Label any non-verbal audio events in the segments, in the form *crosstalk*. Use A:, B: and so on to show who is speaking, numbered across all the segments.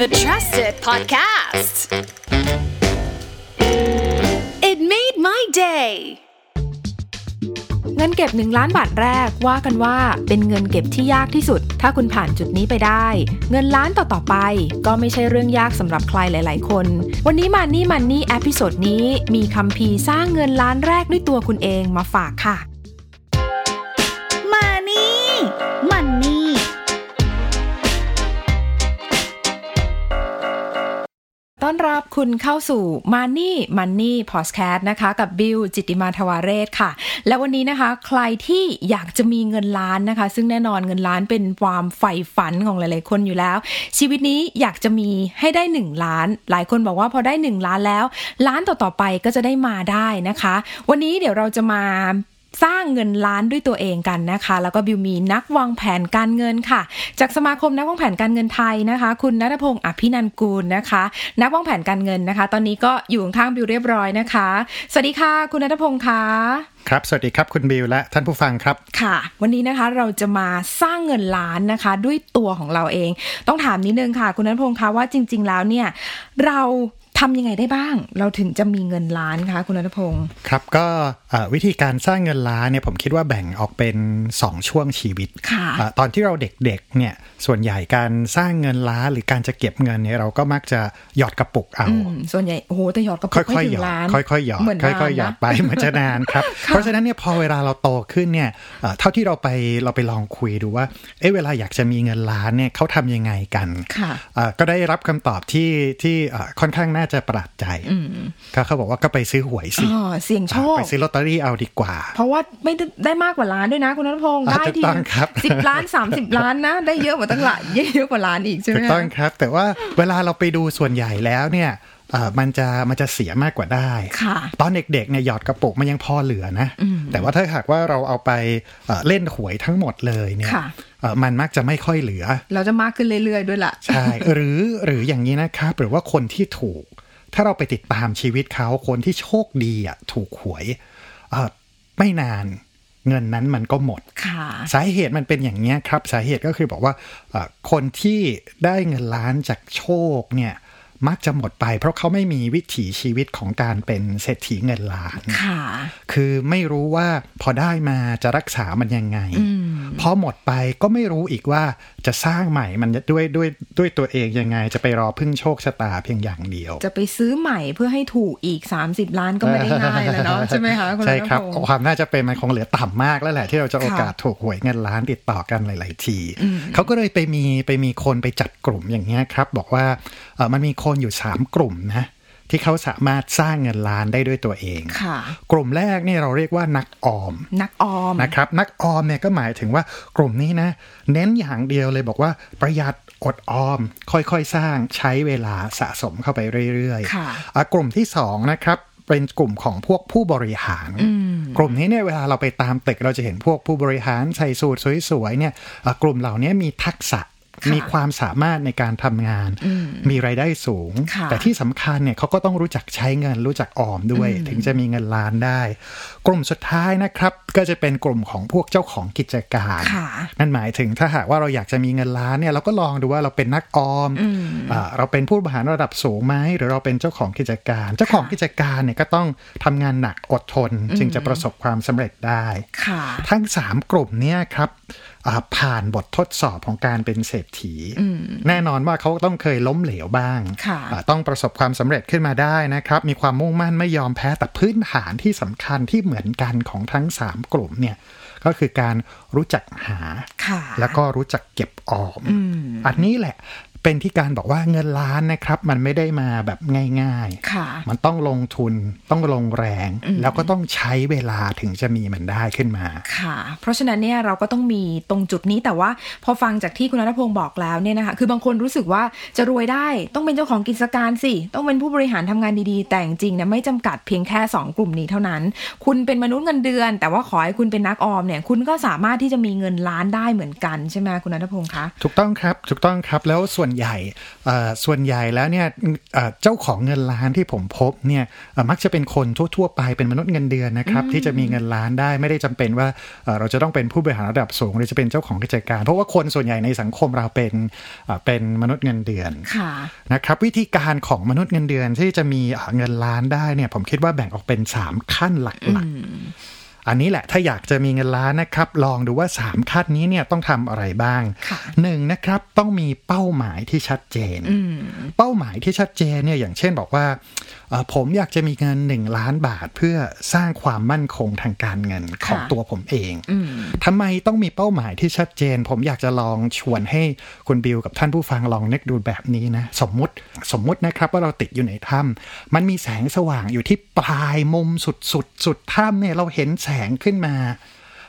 A: The Trusted Podcast. It made my day.
B: เงินเก็บ 1 ล้านบาทแรกว่ากันว่าเป็นเงินเก็บที่ยากที่สุด ถ้าคุณผ่านจุดนี้ไปได้ เงินล้านต่อ ๆ ไป ก็ไม่ใช่เรื่องยากสำหรับใครหลาย ๆ คน วันนี้มันนี่มันนี่เอพิโซดนี้มีคำพีร์สร้างเงินล้านแรกด้วยตัวคุณเองมาฝากค่ะ
A: มานี่มันนี่
B: ต้อนรับคุณเข้าสู่ Money Money Podcast นะคะ กับบิวจิตติมาทวาเรศค่ะ และวันนี้นะคะ ใครที่อยากจะมีเงินล้านนะคะ ซึ่งแน่นอนเงินล้านเป็นความใฝ่ฝันของหลาย ๆ คนอยู่แล้ว ชีวิตนี้อยากจะมีให้ได้ 1 ล้าน หลายคนบอกว่าพอได้ 1 ล้านแล้ว ล้านต่อ ๆ ไปก็จะได้มาได้นะคะ วันนี้เดี๋ยวเราจะมา สร้างเงินล้านด้วยตัวเองกันนะคะ แล้วก็บิวมีนักวางแผนการเงินค่ะ จากสมาคมนักวางแผนการเงินไทยนะคะ คุณนัทพงศ์อภินันกูลนะคะ นักวางแผนการเงินนะคะ ตอนนี้ก็อยู่ข้างๆบิวเรียบร้อยนะคะ สวัสดีค่ะ คุณนัทพงศ์ค่ะ
C: ครับ สวัสดีครับคุณบิวและท่านผู้ฟังครับ
B: ค่ะ วันนี้นะคะเราจะมาสร้างเงินล้านนะคะ ด้วยตัวของเราเอง ต้องถามนิดนึงค่ะ คุณนัทพงศ์คะว่าจริง ๆ แล้วเนี่ย เราทำยังไงได้บ้าง เราถึงจะมีเงินล้านคะคุณนัทพงศ์
C: ครับก็เอ่อวิธีการสร้างเงินล้านเนี่ยผมคิดว่าแบ่งออกเป็น 2 ช่วงชีวิต
B: ค่ะ
C: เอ่อตอนที่เราเด็กๆเนี่ยส่วนใหญ่การสร้างเงินล้านหรือการจะเก็บเงินเนี่ยเราก็มักจะหยอดกระปุกเอา
B: อืมส่วนใหญ่โอ้โหแต่หยอดกระปุ
C: ค่
B: กไม่
C: อย
B: ถึ
C: ๆหย
B: ง
C: อด
B: ล้าน
C: ค่อยๆหยอด
B: เหมือน
C: ค่
B: นาน
C: อยๆหยอด
B: นะ
C: ไป มันจะนานครับ เพราะฉะนั้นเนี่ยพอเวลาเราโตขึ้นเนี่ยเอ่อเท่าที่เราไปเราไปลองคุยดูว่าเอ๊ะเวลาอยากจะมีเงินล้านเนี่ยเขาทำยังไงกัน
B: ค่ะ
C: เอ่อก็ได้รับคำตอบที่ที่เอ่อค่อนข้างน่าจะประหลาดใจก็เขาบอกว่าก็ไปซื้อหวยสิ
B: อ๋อเสี่ยงโชค
C: ไปซื้อลอตเตอรี่เอาดีกว่า
B: เพราะว่าไม่ได้ได้มากกว่าล้านด้วยนะ คุณนัทพงศ์
C: อ่า
B: ได้
C: ถูก
B: ที
C: ต้องครับ
B: สิบล้านสามสิบล้านนะ ได้เยอะกว่าตั้งหลาย *laughs* เยอะกว่าล้านอีกใช่ไหม
C: ถูกต้อง
B: คะ
C: ครับ แต่ว่าเวลาเราไปดูส่วนใหญ่แล้วเนี่ยเอ่อมันจะมันจะเสียมากกว่าได้
B: ค่ะ
C: ตอนเด็กๆเนี่ยหยอดกระปุกมันยังพอเหลือนะ แต่ว่าถ้าหากว่าเราเอาไปเอ่อเล่นหวยทั้งหมดเลยเนี่ย
B: ค่ะ
C: เอ่อมันมักจะไม่ค่อยเหลือ
B: เราจะมากขึ้นเรื่อยๆด้วยล่ะ
C: ใช่ หรือหรืออย่างนี้นะครับหรือว่าคนที่ถูก ถ้าเราไปติดตามชีวิตเขาคนที่โชคดีอ่ะถูกหวยเอ่อไม่นานเงินนั้นมันก็หมด
B: ค่ะ
C: สาเหตุมันเป็นอย่างนี้ยครับสาเหตุก็คือบอกว่าเอ่อคนที่ได้เงินล้านจากโชคเนี่ยมักจะหมดไป เพราะเขาไม่มีวิถีชีวิตของการเป็นเศรษฐีเงินล้าน
B: ค่ะ
C: คือไม่รู้ว่าพอได้มาจะรักษามันยังไงพอหมดไปก็ไม่รู้อีกว่าจะสร้างใหม่มันด้วยด้วยด้วยตัวเองยังไง จะไปรอพึ่งโชคชะตาเพียงอย่างเดียว
B: จะไปซื้อใหม่เพื่อให้ถูกอีก 30 ล้านก็ไม่ได้ง่ายแล้วเนาะ
C: *laughs*
B: ใช่ไหมคะคุณ
C: ใช่
B: รัต
C: ครับ
B: พงศ์
C: ความน่าจะเป็นมันคงเหลือต่ำมากแล้วแหละ ที่เราจะโอกาสถูกหวยเงินล้านติดต่อกันหลาย ๆ ทีเขาก็เลยไปมีไปมีคนไปจัดกลุ่มอย่างเงี้ยครับ บอกว่าเอ่อมันมีคนอยู่ 3 กลุ่มนะที่เขาสามารถสร้างเงินล้านได้ด้วยตัวเอง
B: ค่ะ
C: กลุ่มแรกเนี่ยเราเรียกว่านักออม
B: นักออม
C: นะครับนักออมเนี่ยก็หมายถึงว่ากลุ่มนี้นะ เน้นอย่างเดียวเลยบอกว่าประหยัดอดออม ค่อยๆสร้างใช้เวลาสะสมเข้าไปเรื่อย
B: ค่ะ
C: อ่ะกลุ่มที่สองนะครับเป็นกลุ่มของพวกผู้บริหาร กลุ่มนี้เนี่ยเวลาเราไปตามตึกเราจะเห็นพวกผู้บริหารใส่สูตรสวยๆเนี่ยอ่ะกลุ่มเหล่านี้มีทักษะ
B: ค่ะ
C: มีความสามารถในการทำงาน มีรายได้สูง
B: ค่ะ
C: แต่ที่สำคัญเนี่ยเขาก็ต้องรู้จักใช้เงินรู้จักออมด้วย ถึงจะมีเงินล้านได้ กลุ่มสุดท้ายนะครับ ก็จะเป็นกลุ่มของพวกเจ้าของกิจการ
B: ค่ะ
C: นั่นหมายถึงถ้าหากว่าเราอยากจะมีเงินล้านเนี่ยเราก็ลองดูว่าเราเป็นนักออมอ่าเราเป็นผู้บริหารระดับสูงไหมหรือเราเป็นเจ้าของกิจการ เจ้าของกิจการเนี่ยก็ต้องทำงานหนักอดทน จึงจะประสบความสำเร็จได้
B: ค่ะ
C: ทั้ง 3 กลุ่มเนี่ยครับอ่าผ่านบททดสอบของการเป็นเศรษฐี แน่นอนว่าเขาต้องเคยล้มเหลวบ้าง
B: ค่ะ
C: อ่าต้องประสบความสำเร็จขึ้นมาได้นะครับ มีความมุ่งมั่นไม่ยอมแพ้แต่พื้นฐานที่สำคัญที่เหมือนกันของทั้ง 3 กลุ่มเนี่ยก็คือการรู้จักหา
B: ค่ะ
C: แล้วก็รู้จักเก็บออม อันนี้แหละเป็นที่การบอกว่าเงินล้านนะครับ มันไม่ได้มาแบบง่ายๆ
B: ค่ะ
C: มันต้องลงทุนต้องลงแรง แล้วก็ต้องใช้เวลาถึงจะมีมันได้ขึ้นมา
B: ค่ะ เพราะฉะนั้นเนี่ยเราก็ต้องมีตรงจุดนี้แต่ว่าพอฟังจากที่คุณนัทพงศ์บอกแล้วเนี่ยนะคะคือบางคนรู้สึกว่าจะรวยได้ต้องเป็นเจ้าของกิจการสิ ต้องเป็นผู้บริหารทำงานดีๆ แต่จริงๆเนี่ยไม่จำกัดเพียงแค่ 2 กลุ่มนี้เท่านั้น คุณเป็นมนุษย์เงินเดือน แต่ว่าขอให้คุณเป็นนักออมเนี่ยคุณก็สามารถที่จะมีเงินล้านได้เหมือนกันใช่ไหมคุณนัทพงศ์คะ
C: ถูกต้องครับ ถูกต้องครับ แล้วส่วน วนใหญ่เอ่อส่วนใหญ่แล้วเนี่ยเอ่อเจ้าของเงินล้านที่ผมพบเนี่ยเอ่อมักจะเป็นคนทั่วๆไปเป็นมนุษย์เงินเดือนนะครับ ที่จะมีเงินล้านได้ไม่ได้จำเป็นว่าเอ่อเราจะต้องเป็นผู้บริหารระดับสูงหรือจะเป็นเจ้าของกิจการ เพราะว่าคนส่วนใหญ่ในสังคมเราเป็นเอ่อเป็นมนุษย์เงินเดือน
B: ค่ะ
C: นะครับวิธีการของมนุษย์เงินเดือนที่จะมีเอ่อเงินล้านได้เนี่ยผมคิดว่าแบ่งออกเป็น 3 ขั้นหลักๆ อันนี้แหละถ้าอยากจะมีเงินล้านนะครับ ลองดูว่า 3 ขั้นนี้เนี่ยต้องทำอะไรบ้าง
B: ค่ะ
C: หนึ่งนะครับต้องมีเป้าหมายที่ชัดเจน เป้าหมายที่ชัดเจนเนี่ยอย่างเช่นบอกว่าเอ่อผมอยากจะมีเงิน 1 ล้านบาท เพื่อสร้างความมั่นคงทางการเงินของ
B: ค่ะ
C: ตัวผมเอง ทำไมต้องมีเป้าหมายที่ชัดเจน ผมอยากจะลองชวนให้คุณบิวกับท่านผู้ฟังลองนึกดูแบบนี้นะ สมมุติสมมุตินะครับว่าเราติดอยู่ในถ้ำมันมีแสงสว่างอยู่ที่ปลายมุมสุดสุดสุดถ้ำเนี่ยเราเห็นแสงขึ้นมา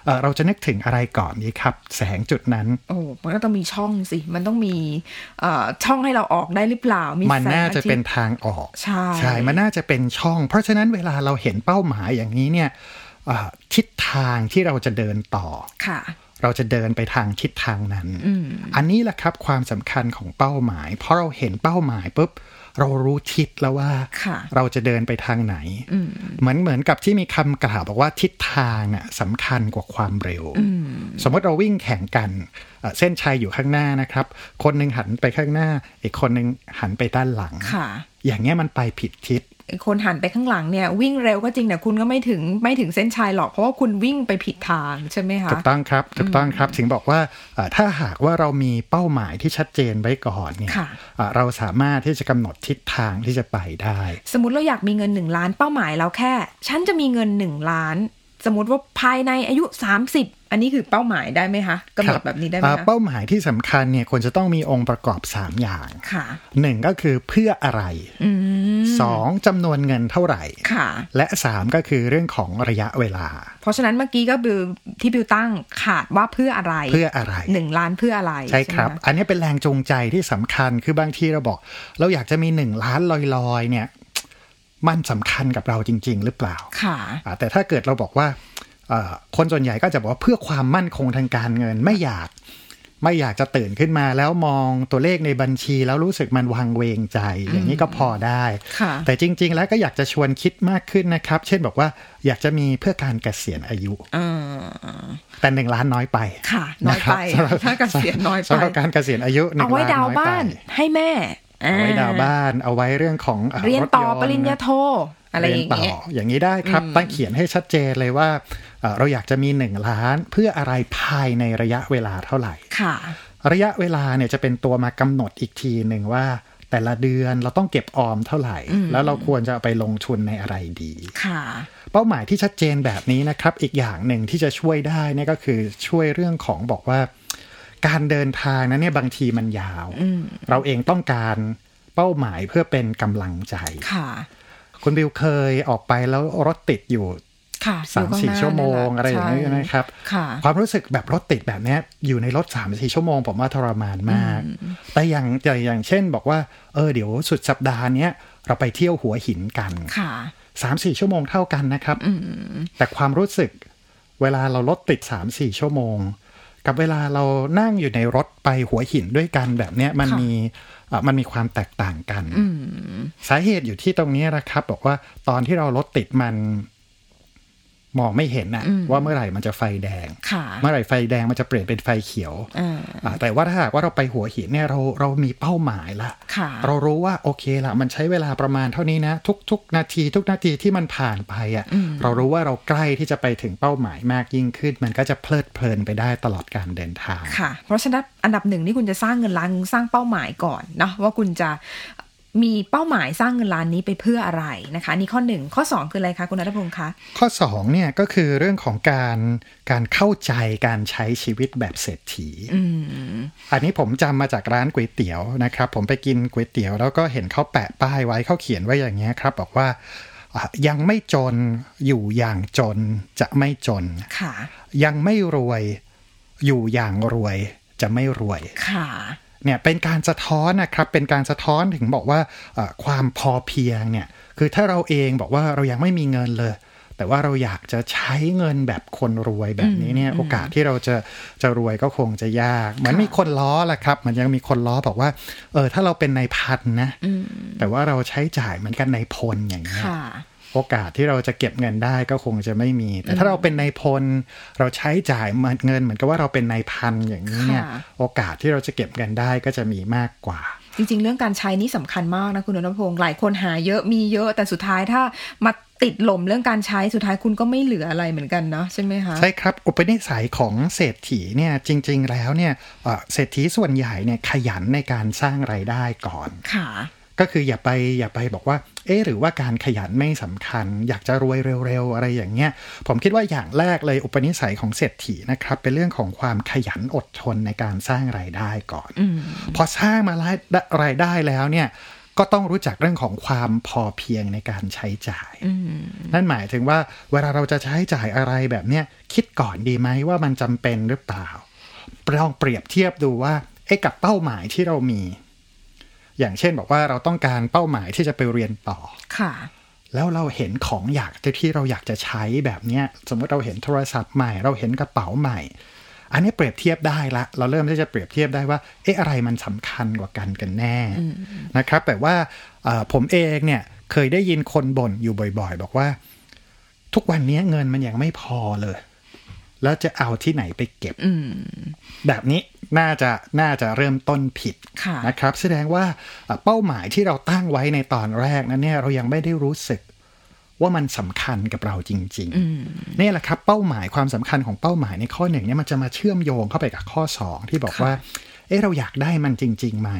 C: เอ่อเราจะนึกถึงอะไรก่อนดีครับ แสงจุดนั้น
B: โอ้มันก็ต้องมีช่องสิ มันต้องมีเอ่อช่องให้เราออกได้หรือเปล่า มี
C: มัน
B: แสง
C: น่า
B: อทิตย์
C: จะเป็นทางออก
B: ใช่
C: มันน่าจะเป็นช่อง เพราะฉะนั้นเวลาเราเห็นเป้าหมายอย่างนี้เนี่ยเอ่อทิศทางที่เราจะเดินต่อ
B: ค่ะ
C: เราจะเดินไปทางทิศทางนั้น อันนี้แหละครับความสำคัญของเป้าหมาย เพราะเราเห็นเป้าหมายปุ๊บเรารู้ทิศแล้วว่า
B: ค่ะ
C: เราจะเดินไปทางไหน เหมือนเหมือนกับที่มีคำกล่าวบอกว่าทิศทางอ่ะสำคัญกว่าความเร็ว สมมติเราวิ่งแข่งกันเอ่อเส้นชัยอยู่ข้างหน้านะครับ คนหนึ่งหันไปข้างหน้า อีกคนหนึ่งหันไปด้านหลัง
B: ค่ะ
C: อย่างเงี้ยมันไปผิดทิศ
B: ไอ้คนหันไปข้างหลังเนี่ย วิ่งเร็วก็จริงแต่คุณก็ไม่ถึงไม่ถึงเส้นชัยหรอก เพราะว่าคุณวิ่งไปผิดทางใช่ไหมคะ
C: ถูกต้องครับถูกต้องครับถึงบอกว่าเอ่อถ้าหากว่าเรามีเป้าหมายที่ชัดเจนไว้ก่อนเนี่ย
B: ค่ะ
C: เอ่อเราสามารถที่จะกำหนดทิศทางที่จะไปได้
B: สมมติเราอยากมีเงิน 1 ล้านเป้าหมายเราแค่ ฉันจะมีเงิน 1 ล้าน สมมติว่าภายในอายุ 30 อันนี้คือเป้าหมายได้ไหมคะกำหนด
C: ครั
B: แบบนี้ได้ไหม
C: เอ่อ
B: คะ
C: เป้าหมายที่สำคัญเนี่ยควรจะต้องมีองค์ประกอบ 3 อย่าง
B: ค่ะ
C: หนึ่งก็คือเพื่ออะไรสองจำนวนเงินเท่าไหร่
B: ค่ะ
C: และ 3 ก็คือเรื่องของระยะเวลา
B: เพราะฉะนั้นเมื่อกี้ก็บิวที่บิวตั้งขาดว่าเพื่ออะไร
C: เพื่ออะไร
B: หนึ่งล้านเพื่ออะไร
C: ใช่ครับ
B: ไหมะ
C: อันนี้เป็นแรงจูงใจที่สำคัญ คือบางทีเราบอก เราอยากจะมีหนึ่งล้านลอยๆ เนี่ย มันสำคัญกับเราจริง ๆ หรือเปล่า
B: ค่ะ
C: อ่าแต่ถ้าเกิดเราบอกว่าเอ่อคนส่วนใหญ่ก็จะบอกว่าเพื่อความมั่นคงทางการเงินไม่อยาก ไม่อยากจะตื่นขึ้นมาแล้วมองตัวเลขในบัญชีแล้วรู้สึกมันวังเวงใจ อย่างนี้ก็พอได้
B: ค่ะ
C: แต่จริง ๆ แล้วก็อยากจะชวนคิดมากขึ้นนะครับ เช่นบอกว่าอยากจะมีเพื่อการเกษียณอายุ
B: เออ
C: แต่หนึ่งล้านน้อยไป
B: ค่ะ น้อย
C: ะครับ
B: ไป
C: สำหรับ
B: ถ้าเกษียณน้อยไป
C: สำหรับการเกษียณอายุหนึ่
B: เอา
C: ง
B: ไว้
C: ล้าน
B: ดาว
C: น้
B: น์
C: อยไป
B: บ้านให้แม่
C: เอาไว้ดาวน์
B: อ่
C: บ้านเอาไว้เรื่องของอ่อ
B: เรียนต่อ
C: ถต์
B: ปริญญาโทอะไรอย่างเงี้ย
C: รีนต่อย่างนี้ได้ครับตั้งเขียนให้ชัดเจนเลยว่าเอ่อเราอยากจะมี 1 ล้านเพื่ออะไรภายในระยะเวลาเท่าไหร่
B: ค่ะ
C: ระยะเวลาเนี่ยจะเป็นตัวมากำหนดอีกทีหนึ่งว่า แต่ละเดือนเราต้องเก็บออมเท่าไหร่ แล้วเราควรจะเอาไปลงทุนในอะไรดี
B: ค่ะ
C: เป้าหมายที่ชัดเจนแบบนี้นะครับ อีกอย่างหนึ่งที่จะช่วยได้เนี่ยก็คือช่วยเรื่องของบอกว่า การเดินทางนั้นเนี่ยบางทีมันยาว เราเองต้องการเป้าหมายเพื่อเป็นกำลังใจ
B: ค่ะ
C: คุณบิวเคยออกไปแล้วรถติดอยู่
B: ค่ะ
C: สา
B: อ
C: ม
B: ยู่
C: สี่
B: ข้งหน้
C: ชั่วโมง
B: นั่นแหล
C: อะไรอย่างนี้
B: ใช่
C: นะครับ
B: ค่ะ
C: ความรู้สึกแบบรถติดแบบเนี้ยอยู่ในรถสามสี่ชั่วโมง ผมว่าทรมานมาก แต่อย่างแต่อย่างเช่นบอกว่าเออเดี๋ยวสุดสัปดาห์เนี้ยเราไปเที่ยวหัวหินกัน
B: ค่ะ
C: สามสี่ชั่วโมงเท่ากันนะครับ แต่ความรู้สึกเวลาเรารถติดสามสี่ชั่วโมง กับเวลาเรานั่งอยู่ในรถไปหัวหินด้วยกันแบบเนี้ยมัน
B: ค่ะ
C: มีเอ่อมันมีความแตกต่างกัน สาเหตุอยู่ที่ตรงนี้นะครับ บอกว่าตอนที่เรารถติดมันมองไม่เห็นนะว่าเมื่อไหร่มันจะไฟแดง
B: ค่ะ
C: เมื่อไหร่ไฟแดงมันจะเปลี่ยนเป็นไฟเขียว
B: เอ่อ
C: อ่าแต่ว่าถ้าหากว่าเราไปหัวหินเนี่ยเราเรามีเป้าหมายละ
B: ค่ะ
C: เรารู้ว่าโอเคละมันใช้เวลาประมาณเท่านี้นะ ทุกทุกนาที ทุกนาทีที่มันผ่านไปอะ่ะ เรารู้ว่าเราใกล้ที่จะไปถึงเป้าหมายมากยิ่งขึ้น มันก็จะเพลิดเพลินไปได้ตลอดการเดินทาง
B: ค่ะ เพราะฉะนั้นอันดับหนึ่งที่คุณจะสร้างเงินล้านสร้างเป้าหมายก่อนเนาะว่าคุณจะมีเป้าหมายสร้างเงินล้านนี้ไปเพื่ออะไรนะคะนี่ข้อหนึ่งข้อสองคืออะไรคะคุณนัทพงศ์คะ
C: ข้อ2เนี่ยก็คือเรื่องของการการเข้าใจการใช้ชีวิตแบบเศรษฐี อันนี้ผมจำมาจากร้านก๋วยเตี๋ยวนะครับ ผมไปกินก๋วยเตี๋ยวแล้วก็เห็นเขาแปะป้ายไว้เขาเขียนไว้อย่างเงี้ยครับบอกว่าอ่ะยังไม่จนอยู่อย่างจนจะไม่จน
B: ค่ะ
C: ยังไม่รวยอยู่อย่างรวยจะไม่รวย
B: ค่ะ
C: เนี่ยเป็นการสะท้อนนะครับเป็นการสะท้อนถึงบอกว่าเอ่อความพอเพียงเนี่ยคือถ้าเราเองบอกว่าเรายังไม่มีเงินเลย แ แต่ว่าเราอยากจะใช้เงินแบบคนรวยแบบนี้เนี่ยโอกาสที่เราจะจะรวยก็คงจะยากเหมือนมีคนล้อแหละครับเหมันยังมีคนล้อบอกว่าเออถ้าเราเป็นนายพันนะแต่ว่าเราใช้จ่ายเหมือนกันนายพลอย่างเงี้ย
B: ค่ะ
C: โอกาสที่เราจะเก็บเงินได้ก็คงจะไม่มี แต่ถ้าเราเป็นนายพล เราใช้จ่ายเงินเหมือนกับว่าเราเป็นนายพันอย่างนี้เนี่ย
B: ค่ะ
C: โอกาสที่เราจะเก็บเงินได้ก็จะมีมากกว่า
B: จริง ๆ เรื่องการใช้นี่สำคัญมากนะคุณอนพงศ์หลายคนหาเยอะมีเยอะแต่สุดท้ายถ้ามาติดหล่มเรื่องการใช้สุดท้ายคุณก็ไม่เหลืออะไรเหมือนกันนะใช่ไหมคะ
C: ใช่ครับอุปนิสัยของเศรษฐีเนี่ยจริง ๆ แล้วเนี่ยเอ่อเศรษฐีส่วนใหญ่เนี่ยขยันในการสร้างไรายได้ก่อน
B: ค่ะ
C: ก็คืออย่าไปอย่าไปบอกว่า เอ๊ะหรือว่าการขยันไม่สำคัญ อยากจะรวยเร็วๆ อะไรอย่างเงี้ย ผมคิดว่าอย่างแรกเลยอุปนิสัยของเศรษฐีนะครับ เป็นเรื่องของความขยันอดทนในการสร้างรายได้ก่อน พอสร้างมารายได้รายได้แล้วเนี่ย ก็ต้องรู้จักเรื่องของความพอเพียงในการใช้จ่าย นั่นหมายถึงว่าเวลาเราจะใช้จ่ายอะไรแบบเนี้ยคิดก่อนดีไหมว่ามันจำเป็นหรือเปล่าลองเปรียบเทียบดูว่าเอ๊ะกับเป้าหมายที่เรามี อย่างเช่นบอกว่าเราต้องการเป้าหมายที่จะไปเรียนต่อ
B: ค่ะ
C: แล้วเราเห็นของอยากที่เราอยากจะใช้แบบเนี้ยสมมติเราเห็นโทรศัพท์ใหม่ เราเห็นกระเป๋าใหม่ อันนี้เปรียบเทียบได้ละ เราเริ่มที่จะเปรียบเทียบได้ว่า เอ๊ะอะไรมันสำคัญกว่ากันกันแน่นะครับ แต่ว่าเอ่อผมเองเนี่ยเคยได้ยินคนบ่นอยู่บ่อยๆ บอกว่า ทุกวันนี้เงินมันยังไม่พอเลย แล้วจะเอาที่ไหนไปเก็บ
B: อืม
C: แบบนี้น่าจะน่าจะเริ่มต้นผิด
B: ค่ะ
C: นะครับ แสดงว่าเอ่อเป้าหมายที่เราตั้งไว้ในตอนแรกนั้นเนี่ยเรายังไม่ได้รู้สึกว่ามันสำคัญกับเราจริงๆนี่แหละครับเป้าหมายความสำคัญของเป้าหมายในข้อหนึ่งเนี่ยมันจะมาเชื่อมโยงเข้าไปกับข้อ 2 ที่บอกว่าเอ๊ะเราอยากได้มันจริงๆไหม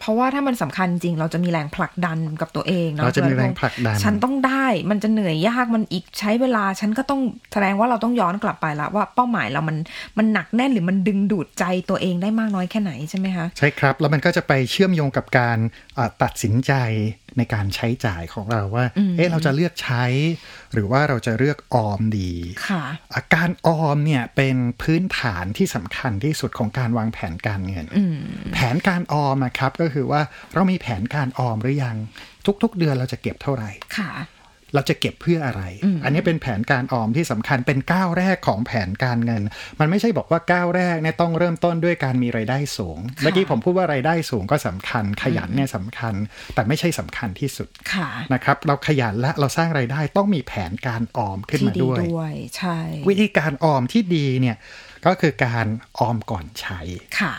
B: เพราะว่าถ้ามันสำคัญจริงเราจะมีแรงผลักดันกับตัวเองน
C: เราจะมีแรงผลักดัน
B: ฉันต้องได้มันจะเหนื่อยยากมันอีกใช้เวลา ฉันก็ต้องแสดงว่าเราต้องย้อนกลับไปละว่าเป้าหมายเรามันมันหนักแน่นหรือมันดึงดูดใจตัวเองได้มากน้อยแค่ไหนใช่ไหมคะ
C: ใช่ครับ แล้วมันก็จะไปเชื่อมโยงกับการเอ่อตัดสินใจในการใช้จ่ายของเราว่า เอ๊ะเราจะเลือกใช้ หรือว่าเราจะเลือกออมดี
B: ค่ะ
C: อาการออมเนี่ยเป็นพื้นฐานที่สำคัญที่สุดของการวางแผนการเงิน แผนการออมนะครับก็คือว่าเรามีแผนการออมหรือยัง ทุกๆ เดือนเราจะเก็บเท่าไหร่
B: ค่ะ
C: เราจะเก็บเพื่ออะไร อันนี้เป็นแผนการออมที่สำคัญเป็นก้าวแรกของแผนการเงิน มันไม่ใช่บอกว่าก้าวแรกเนี่ยต้องเริ่มต้นด้วยการมีรายได้สูง เมื่อกี้ผมพูดว่ารายได้สูงก็สำคัญ ขยันเนี่ยสำคัญ แต่ไม่ใช่สำคัญที่สุด
B: ค่ะ
C: นะครับ เราขยันและเราสร้างรายได้ต้องมีแผนการออมขึ้น
B: ที่
C: มา
B: ดี
C: ด้วย
B: ด้วยใช่
C: วิธีการออมที่ดีเนี่ยก็คือการออมก่อนใช้
B: ค่ะ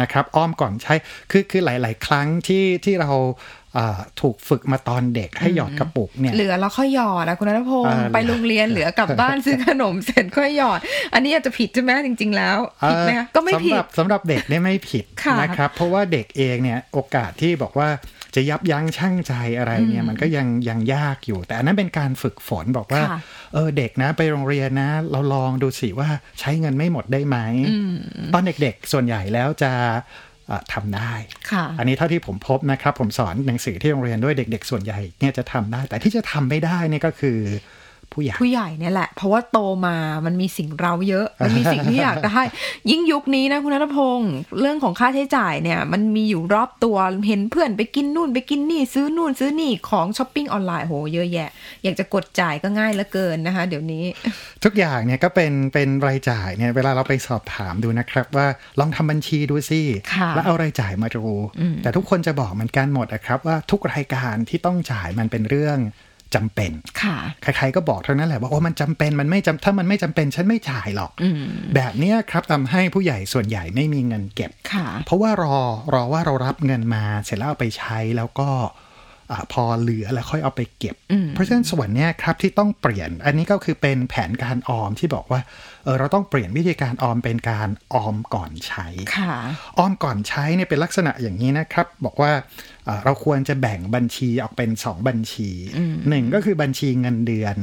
C: นะครับออมก่อนใช้คือคือหลาย ๆ ครั้งที่ที่เราเอ่อถูกฝึกมาตอนเด็กให้หยอดกระปุกเนี่ย
B: เหลือแล้วค่อยหยอดนะคุณนัทพงศ์
C: อ่า
B: ไปโรงเรียนเหลือกลับบ้านซื้ *laughs* อขนมเสร็จค่อยหยอด อันนี้อาจจะผิดใช่ไหมจริง ๆ แล้วผิดไหมคะก็ไม่
C: เอ่อ
B: ผิ
C: สำห
B: ด
C: รับสำหรับเด็กเนี่ยไม่ผิด
B: ค่ะ
C: นะครับ เพราะว่าเด็กเองเนี่ยโอกาสที่บอกว่าจะยับยั้งชั่งใจอะไรเนี่ยมันก็ยังยังยากอยู่ แต่อันนั้นเป็นการฝึกฝนบอกว่า
B: ค่ะ
C: เออเด็กนะไปโรงเรียนนะ เราลองดูสิว่าใช้เงินไม่หมดได้ไหมตอนเด็กๆส่วนใหญ่แล้วจะเอ่อทำได้
B: ค่ะ
C: อันนี้เท่าที่ผมพบนะครับ ผมสอนหนังสือที่โรงเรียนด้วยเด็ก ๆ ส่วนใหญ่เนี่ยจะทำได้ แต่ที่จะทำไม่ได้เนี่ยก็คือผู้ใหญ่
B: ผู้ใหญ่เนี่ยแหละ เพราะว่าโตมามันมีสิ่งเราเยอะ มันมีสิ่งที่อยากได้ *laughs* ยิ่งยุคนี้นะคุณนัทพงศ์เรื่องของค่าใช้จ่ายเนี่ย มันมีอยู่รอบตัวเห็นเพื่อนไปกินนู่นไปกินนี่ ซื้อนู่นซื้อนี่ของช้อปปิ้งออนไลน์โหเยอะแยะ อยากจะกดจ่ายก็ง่ายเหลือเกินนะคะ เดี๋ยวนี้
C: ทุกอย่างเนี่ยก็เป็นเป็นรายจ่ายเนี่ยเวลาเราไปสอบถามดูนะครับว่าลองทำบัญชีดูสิ
B: ค่ะ
C: แล้วเอารายจ่ายมาดู แต่ทุกคนจะบอกเหมือนกันหมดนะครับว่าทุกรายการที่ต้องจ่ายมันเป็นเรื่องจำเป็น
B: ค่ะ
C: ใครๆก็บอกเท่านั้นแหละว่าโอ้มันจำเป็นมันไม่จำถ้ามันไม่จำเป็นฉันไม่จ่ายหรอก แบบเนี้ยครับทำให้ผู้ใหญ่ส่วนใหญ่ไม่มีเงินเก็บ
B: ค่ะ
C: เพราะว่ารอรอว่าเรารับเงินมาเสร็จแล้วเอาไปใช้แล้วก็อ่าพอเหลือแล้วค่อยเอาไปเก็บ เพราะฉะนั้นส่วนเนี้ยครับที่ต้องเปลี่ยน อันนี้ก็คือเป็นแผนการออมที่บอกว่าเออเราต้องเปลี่ยนวิธีการออมเป็นการออมก่อนใช้
B: ค่ะ
C: ออมก่อนใช้เนี่ยเป็นลักษณะอย่างนี้นะครับ บอกว่าเอ่อเราควรจะแบ่งบัญชีออกเป็น 2 บัญชีหนึ่งก็คือบัญชีเงินเดือน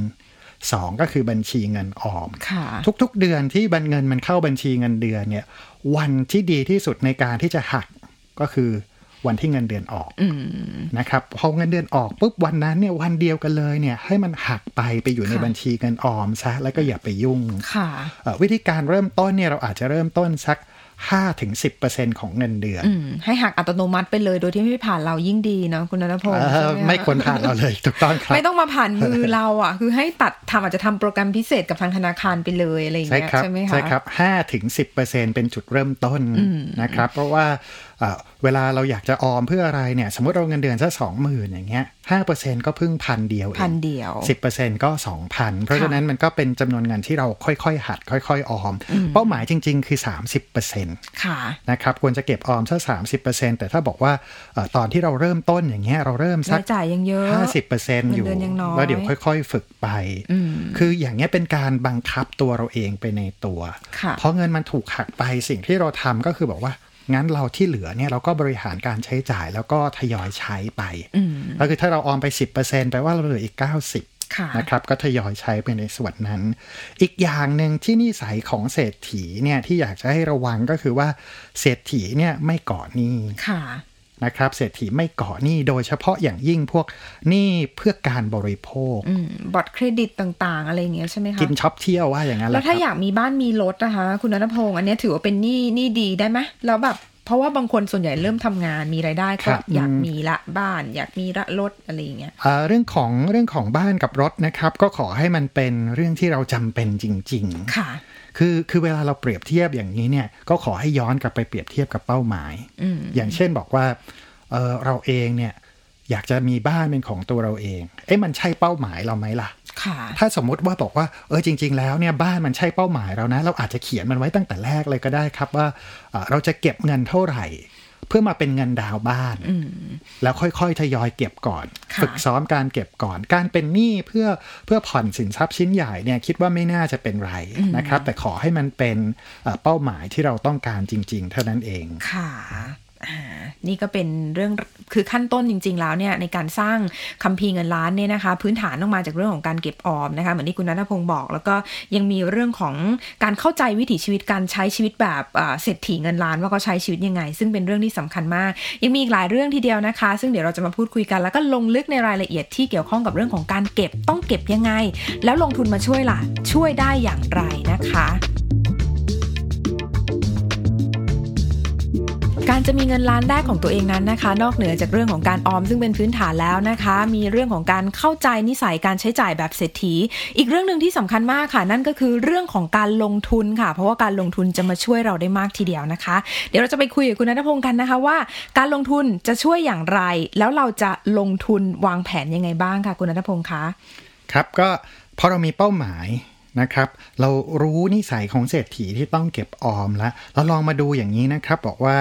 C: 2 ก็คือบัญชีเงินออม
B: ค่ะ
C: ทุกๆ เดือนที่บัญเงินมันเข้าบัญชีเงินเดือนเนี่ย วันที่ดีที่สุดในการที่จะหักก็คือวันที่เงินเดือนออกนะครับพอเงินเดือนออกปุ๊บวันนั้นเนี่ยวันเดียวกันเลยเนี่ยให้มันหักไปไปอยู่ใน
B: ค่ะ
C: บัญชีเงินออมซะแล้วก็อย่าไปยุ่ง
B: ค่ะ
C: เอ่อวิธีการเริ่มต้นเนี่ยเราอาจจะเริ่มต้นสัก 5ถึง10%ของเงินเดือน
B: อืมให้หักอัตโนมัติไปเลยโดยที่ไม่ผ่านเรายิ่งดีเนอะคุณนันทพงศ์
C: เอ่อ
B: ใช่หะ
C: ไม่ควรผ่านเราเลย ถูกต้องครับ
B: ไม่ต้องมาผ่านมือเราอ่ะ คือให้ตัดทำอาจจะทำโปรแกรมพิเศษกับทางธนาคารไปเลยอะไรอย่าง
C: ใช่
B: เงี้ย
C: ครับ
B: ใช่ไหมคะ
C: ใช่ครับห้าถึงสิบเปอร์เซ็นเป็นจุดเริ่มต้นนะครับ เพราะว่าเอ่อเวลาเราอยากจะออมเพื่ออะไรเนี่ย สมมติเราเงินเดือนสักสองหมื่นอย่างเงี้ยห้าเปอร์เซ็นก็เพิ่งพันเดียวเอง
B: พันเดียว
C: สิบเปอร์เซ็นก็สองพันเพราะฉะนั้นมันก็เป็นจำนวนเงินที่เราค่อยๆ หัด ค่อยๆ ออม เป้าหมายจริง ๆ คือสามสิบเปอร์เซ็น
B: ค่ะ
C: นะครับควรจะเก็บออมสักสาแต่ถ้าบอกว่าเอ่อตอนที่เราเริ่มต้นอย่างเงี้ยเราเริ่มสัก
B: รายจ่ายยังเยอะ
C: ห้าสิบเปอร์เซ็นต์
B: เงิ
C: อนยู่
B: เดือนยังน้อย
C: แล้วเดี๋ยวค่อย ๆ ฝึกไป คืออย่างเงี้ยเป็นการบังคับตัวเราเองไปในตัว
B: ค่ะ
C: เพราะเงินมันถูกหักไปสิ่งที่เราทำก็คือบอกว่างั้นเราที่เหลือเนี่ยเราก็บริหารการใช้จ่ายแล้วก็ทยอยใช้ไปแล้วคือถ้าเราออมไป 10%แปลว่าเราเหลืออีก 90
B: ค่ะ
C: นะครับก็ทยอยใช้ไปในส่วนนั้น อีกอย่างหนึ่งที่นิสัยของเศรษฐีเนี่ยที่อยากจะให้ระวังก็คือว่าเศรษฐีเนี่ยไม่ก่อหนี้
B: ค่ะ
C: นะครับเศรษฐีไม่ก่อหนี้โดยเฉพาะอย่างยิ่งพวกหนี้เพื่อการบริโภค
B: อืมบัตรเครดิตต่างๆ อะไรอย่างเงี้ยใช่ไหมคะ
C: กินช็อปเที่ยวว่าอย่างนั้นแห
B: แล้
C: ละ
B: ว
C: ครั
B: ถ้า
C: บ
B: อยากมีบ้านมีรถนะคะ คุณนันทพงศ์อันเนี้ยถือว่าเป็นหนี้หนี้ดีได้ไหมแล้วแบบเพราะว่าบางคนส่วนใหญ่เริ่มทำงานมีรายได้
C: ค
B: ก็
C: รับ
B: อยากมีละบ้าน อยากมีละรถอะไรอย่างเงี้ย
C: เอ่อเรื่องของเรื่องของบ้านกับรถนะครับก็ขอให้มันเป็นเรื่องที่เราจำเป็นจริง ๆ
B: ค่ะ
C: คือคือเวลาเราเปรียบเทียบอย่างนี้เนี่ยก็ขอให้ย้อนกลับไปเปรียบเทียบกับเป้าหมาย อย่างเช่นบอกว่าเออเราเองเนี่ยอยากจะมีบ้านเป็นของตัวเราเอง เอ๊ะมันใช่เป้าหมายเราไหมล่ะ
B: ค่ะ
C: ถ้าสมมุติว่าบอกว่าเออจริง ๆ แล้วเนี่ยบ้านมันใช่เป้าหมายเรานะ เราอาจจะเขียนมันไว้ตั้งแต่แรกเลยก็ได้ครับว่าเอ่อเราจะเก็บเงินเท่าไหร่ เพื่อมาเป็นเงินดาวน์บ้าน แล้วค่อยๆทยอยเก็บก่อน
B: ค่ะ
C: ฝึกซ้อมการเก็บก่อน การเป็นหนี้เพื่อเพื่อผ่อนสินทรัพย์ชิ้นใหญ่เนี่ยคิดว่าไม่น่าจะเป็นไรนะครับ แต่ขอให้มันเป็นเอ่อเป้าหมายที่เราต้องการจริง ๆ เท่านั้นเอง
B: ค่ะอ่านี่ก็เป็นเรื่องคือขั้นต้นจริง ๆ แล้วเนี่ยในการสร้างคัมภีร์เงินล้านเนี่ยนะคะ พื้นฐานต้องมาจากเรื่องของการเก็บออมนะคะเหมือนที่คุณนัทพงศ์บอก แล้วก็ยังมีเรื่องของการเข้าใจวิถีชีวิตการใช้ชีวิตแบบอ่าเศรษฐีเงินล้านว่าเขาใช้ชีวิตยังไง ซึ่งเป็นเรื่องที่สำคัญมาก ยังมีอีกหลายเรื่องทีเดียวนะคะ ซึ่งเดี๋ยวเราจะมาพูดคุยกันแล้วก็ลงลึกในรายละเอียดที่เกี่ยวข้องกับเรื่องของการเก็บต้องเก็บยังไง แล้วลงทุนมาช่วยล่ะช่วยได้อย่างไรนะคะ การจะมีเงินล้านได้ของตัวเองนั้นนะคะ นอกเหนือจากเรื่องของการออมซึ่งเป็นพื้นฐานแล้วนะคะ มีเรื่องของการเข้าใจนิสัยการใช้จ่ายแบบเศรษฐี อีกเรื่องหนึ่งที่สำคัญมากค่ะ นั่นก็คือเรื่องของการลงทุนค่ะ เพราะว่าการลงทุนจะมาช่วยเราได้มากทีเดียวนะคะ เดี๋ยวเราจะไปคุยกับคุณนัทพงศ์กันนะคะว่า การลงทุนจะช่วยอย่างไร แล้วเราจะลงทุนวางแผนยังไงบ้างค่ะ คุณนัทพงศ์คะ
C: ครับก็พอเรามีเป้าหมายนะครับ เรารู้นิสัยของเศรษฐีที่ต้องเก็บออมแล้วเราลองมาดูอย่างนี้นะครับ บอกว่า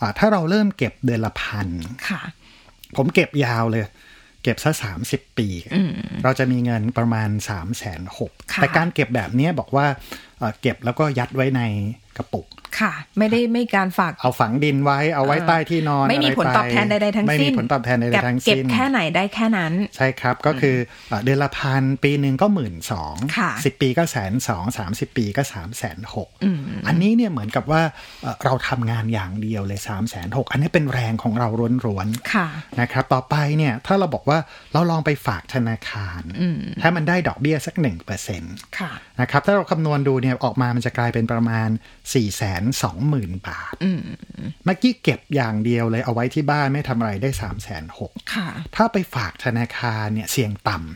C: อ่าถ้าเราเริ่มเก็บเดือนละพัน
B: ค่ะ
C: ผมเก็บยาวเลย เก็บซะสามสิบปี เราจะมีเงินประมาณ3ามแสนหก
B: ค่ะ
C: แต่การเก็บแบบเนี้ยบอกว่าเอ่อเก็บแล้วก็ยัดไว้ในกระปุก
B: ค่ะ ไม่ได้ไม่การฝาก
C: เอาฝังดินไว้เอาไว้
B: เออ
C: ใต้ที่นอน
B: ไม่มี
C: ะร
B: ผลตอบแทนใดๆทั้งสิ้น
C: ไม่มีผลตอบแทนใดๆทั้ง
B: เก็บ
C: สิ้น
B: แค่ไหนได้แค่นั้น
C: ใช่ครับ ก็คืออ่ะเดือนละพันปีหนึ่งก็หมื่นสอง
B: ค่ะ
C: สิบปีก็แสนสองสามสิบปีก็สามแสนหกอันนี้เนี่ยเหมือนกับว่าเอ่อเราทำงานอย่างเดียวเลยสามแสนหกอันนี้เป็นแรงของเราร้วนๆ
B: ค่ะ
C: นะครับต่อไปเนี่ยถ้าเราบอกว่าเราลองไปฝากธนาคาร ถ้ามันได้ดอกเบี้ยสักหนึ่งเปอร์เซ็นต์
B: ค่ะ
C: นะครับถ้าเราคำนวณดูเนี่ยออกมามันจะกลายเป็นประมาณ 4 2 0 0 0 0 บาทเมื่อกี้เก็บอย่างเดียวเลยเอาไว้ที่บ้านไม่ทำอะไรได้3 6 0 0 0
B: ค่ะ
C: ถ้าไปฝากธนาคารเนี่ยเสี่ยงต่ำ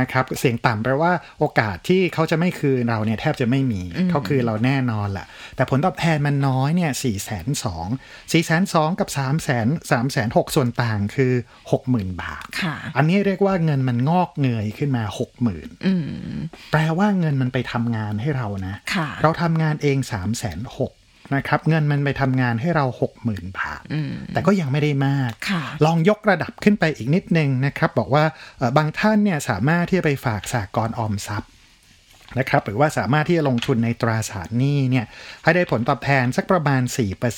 C: นะครับเสี่ยงต่ำแปลว่าโอกาสที่เขาจะไม่คืนเราเนี่ยแทบจะไม่มีเขาคืนเราแน่นอนแหละแต่ผลตอบแทนมันน้อยเนี่ยสี่แสนสองสี่แสนสองกับสามแสนสามแสนหกส่วนต่างคือหกหมื่นบาท
B: ค่ะ
C: อันนี้เรียกว่าเงินมันงอกเงยขึ้นมาหกหมื่นแปลว่าเงินมันไปทำงานให้เรานะ
B: ค่ะ
C: เราทำงานเอง3ามแสนหกนะครับ เงินมันไปทำงานให้เรา 60,000 บาท แต่ก็ยังไม่ได้มาก
B: ค่ะ
C: ลองยกระดับขึ้นไปอีกนิดนึงนะครับ บอกว่าเอ่อบางท่านเนี่ยสามารถที่จะไปฝากสากลออมทรัพย์นะครับ หรือว่าสามารถที่จะลงทุนในตราสารหนี้เนี่ยให้ได้ผลตอบแทนสักประมาณ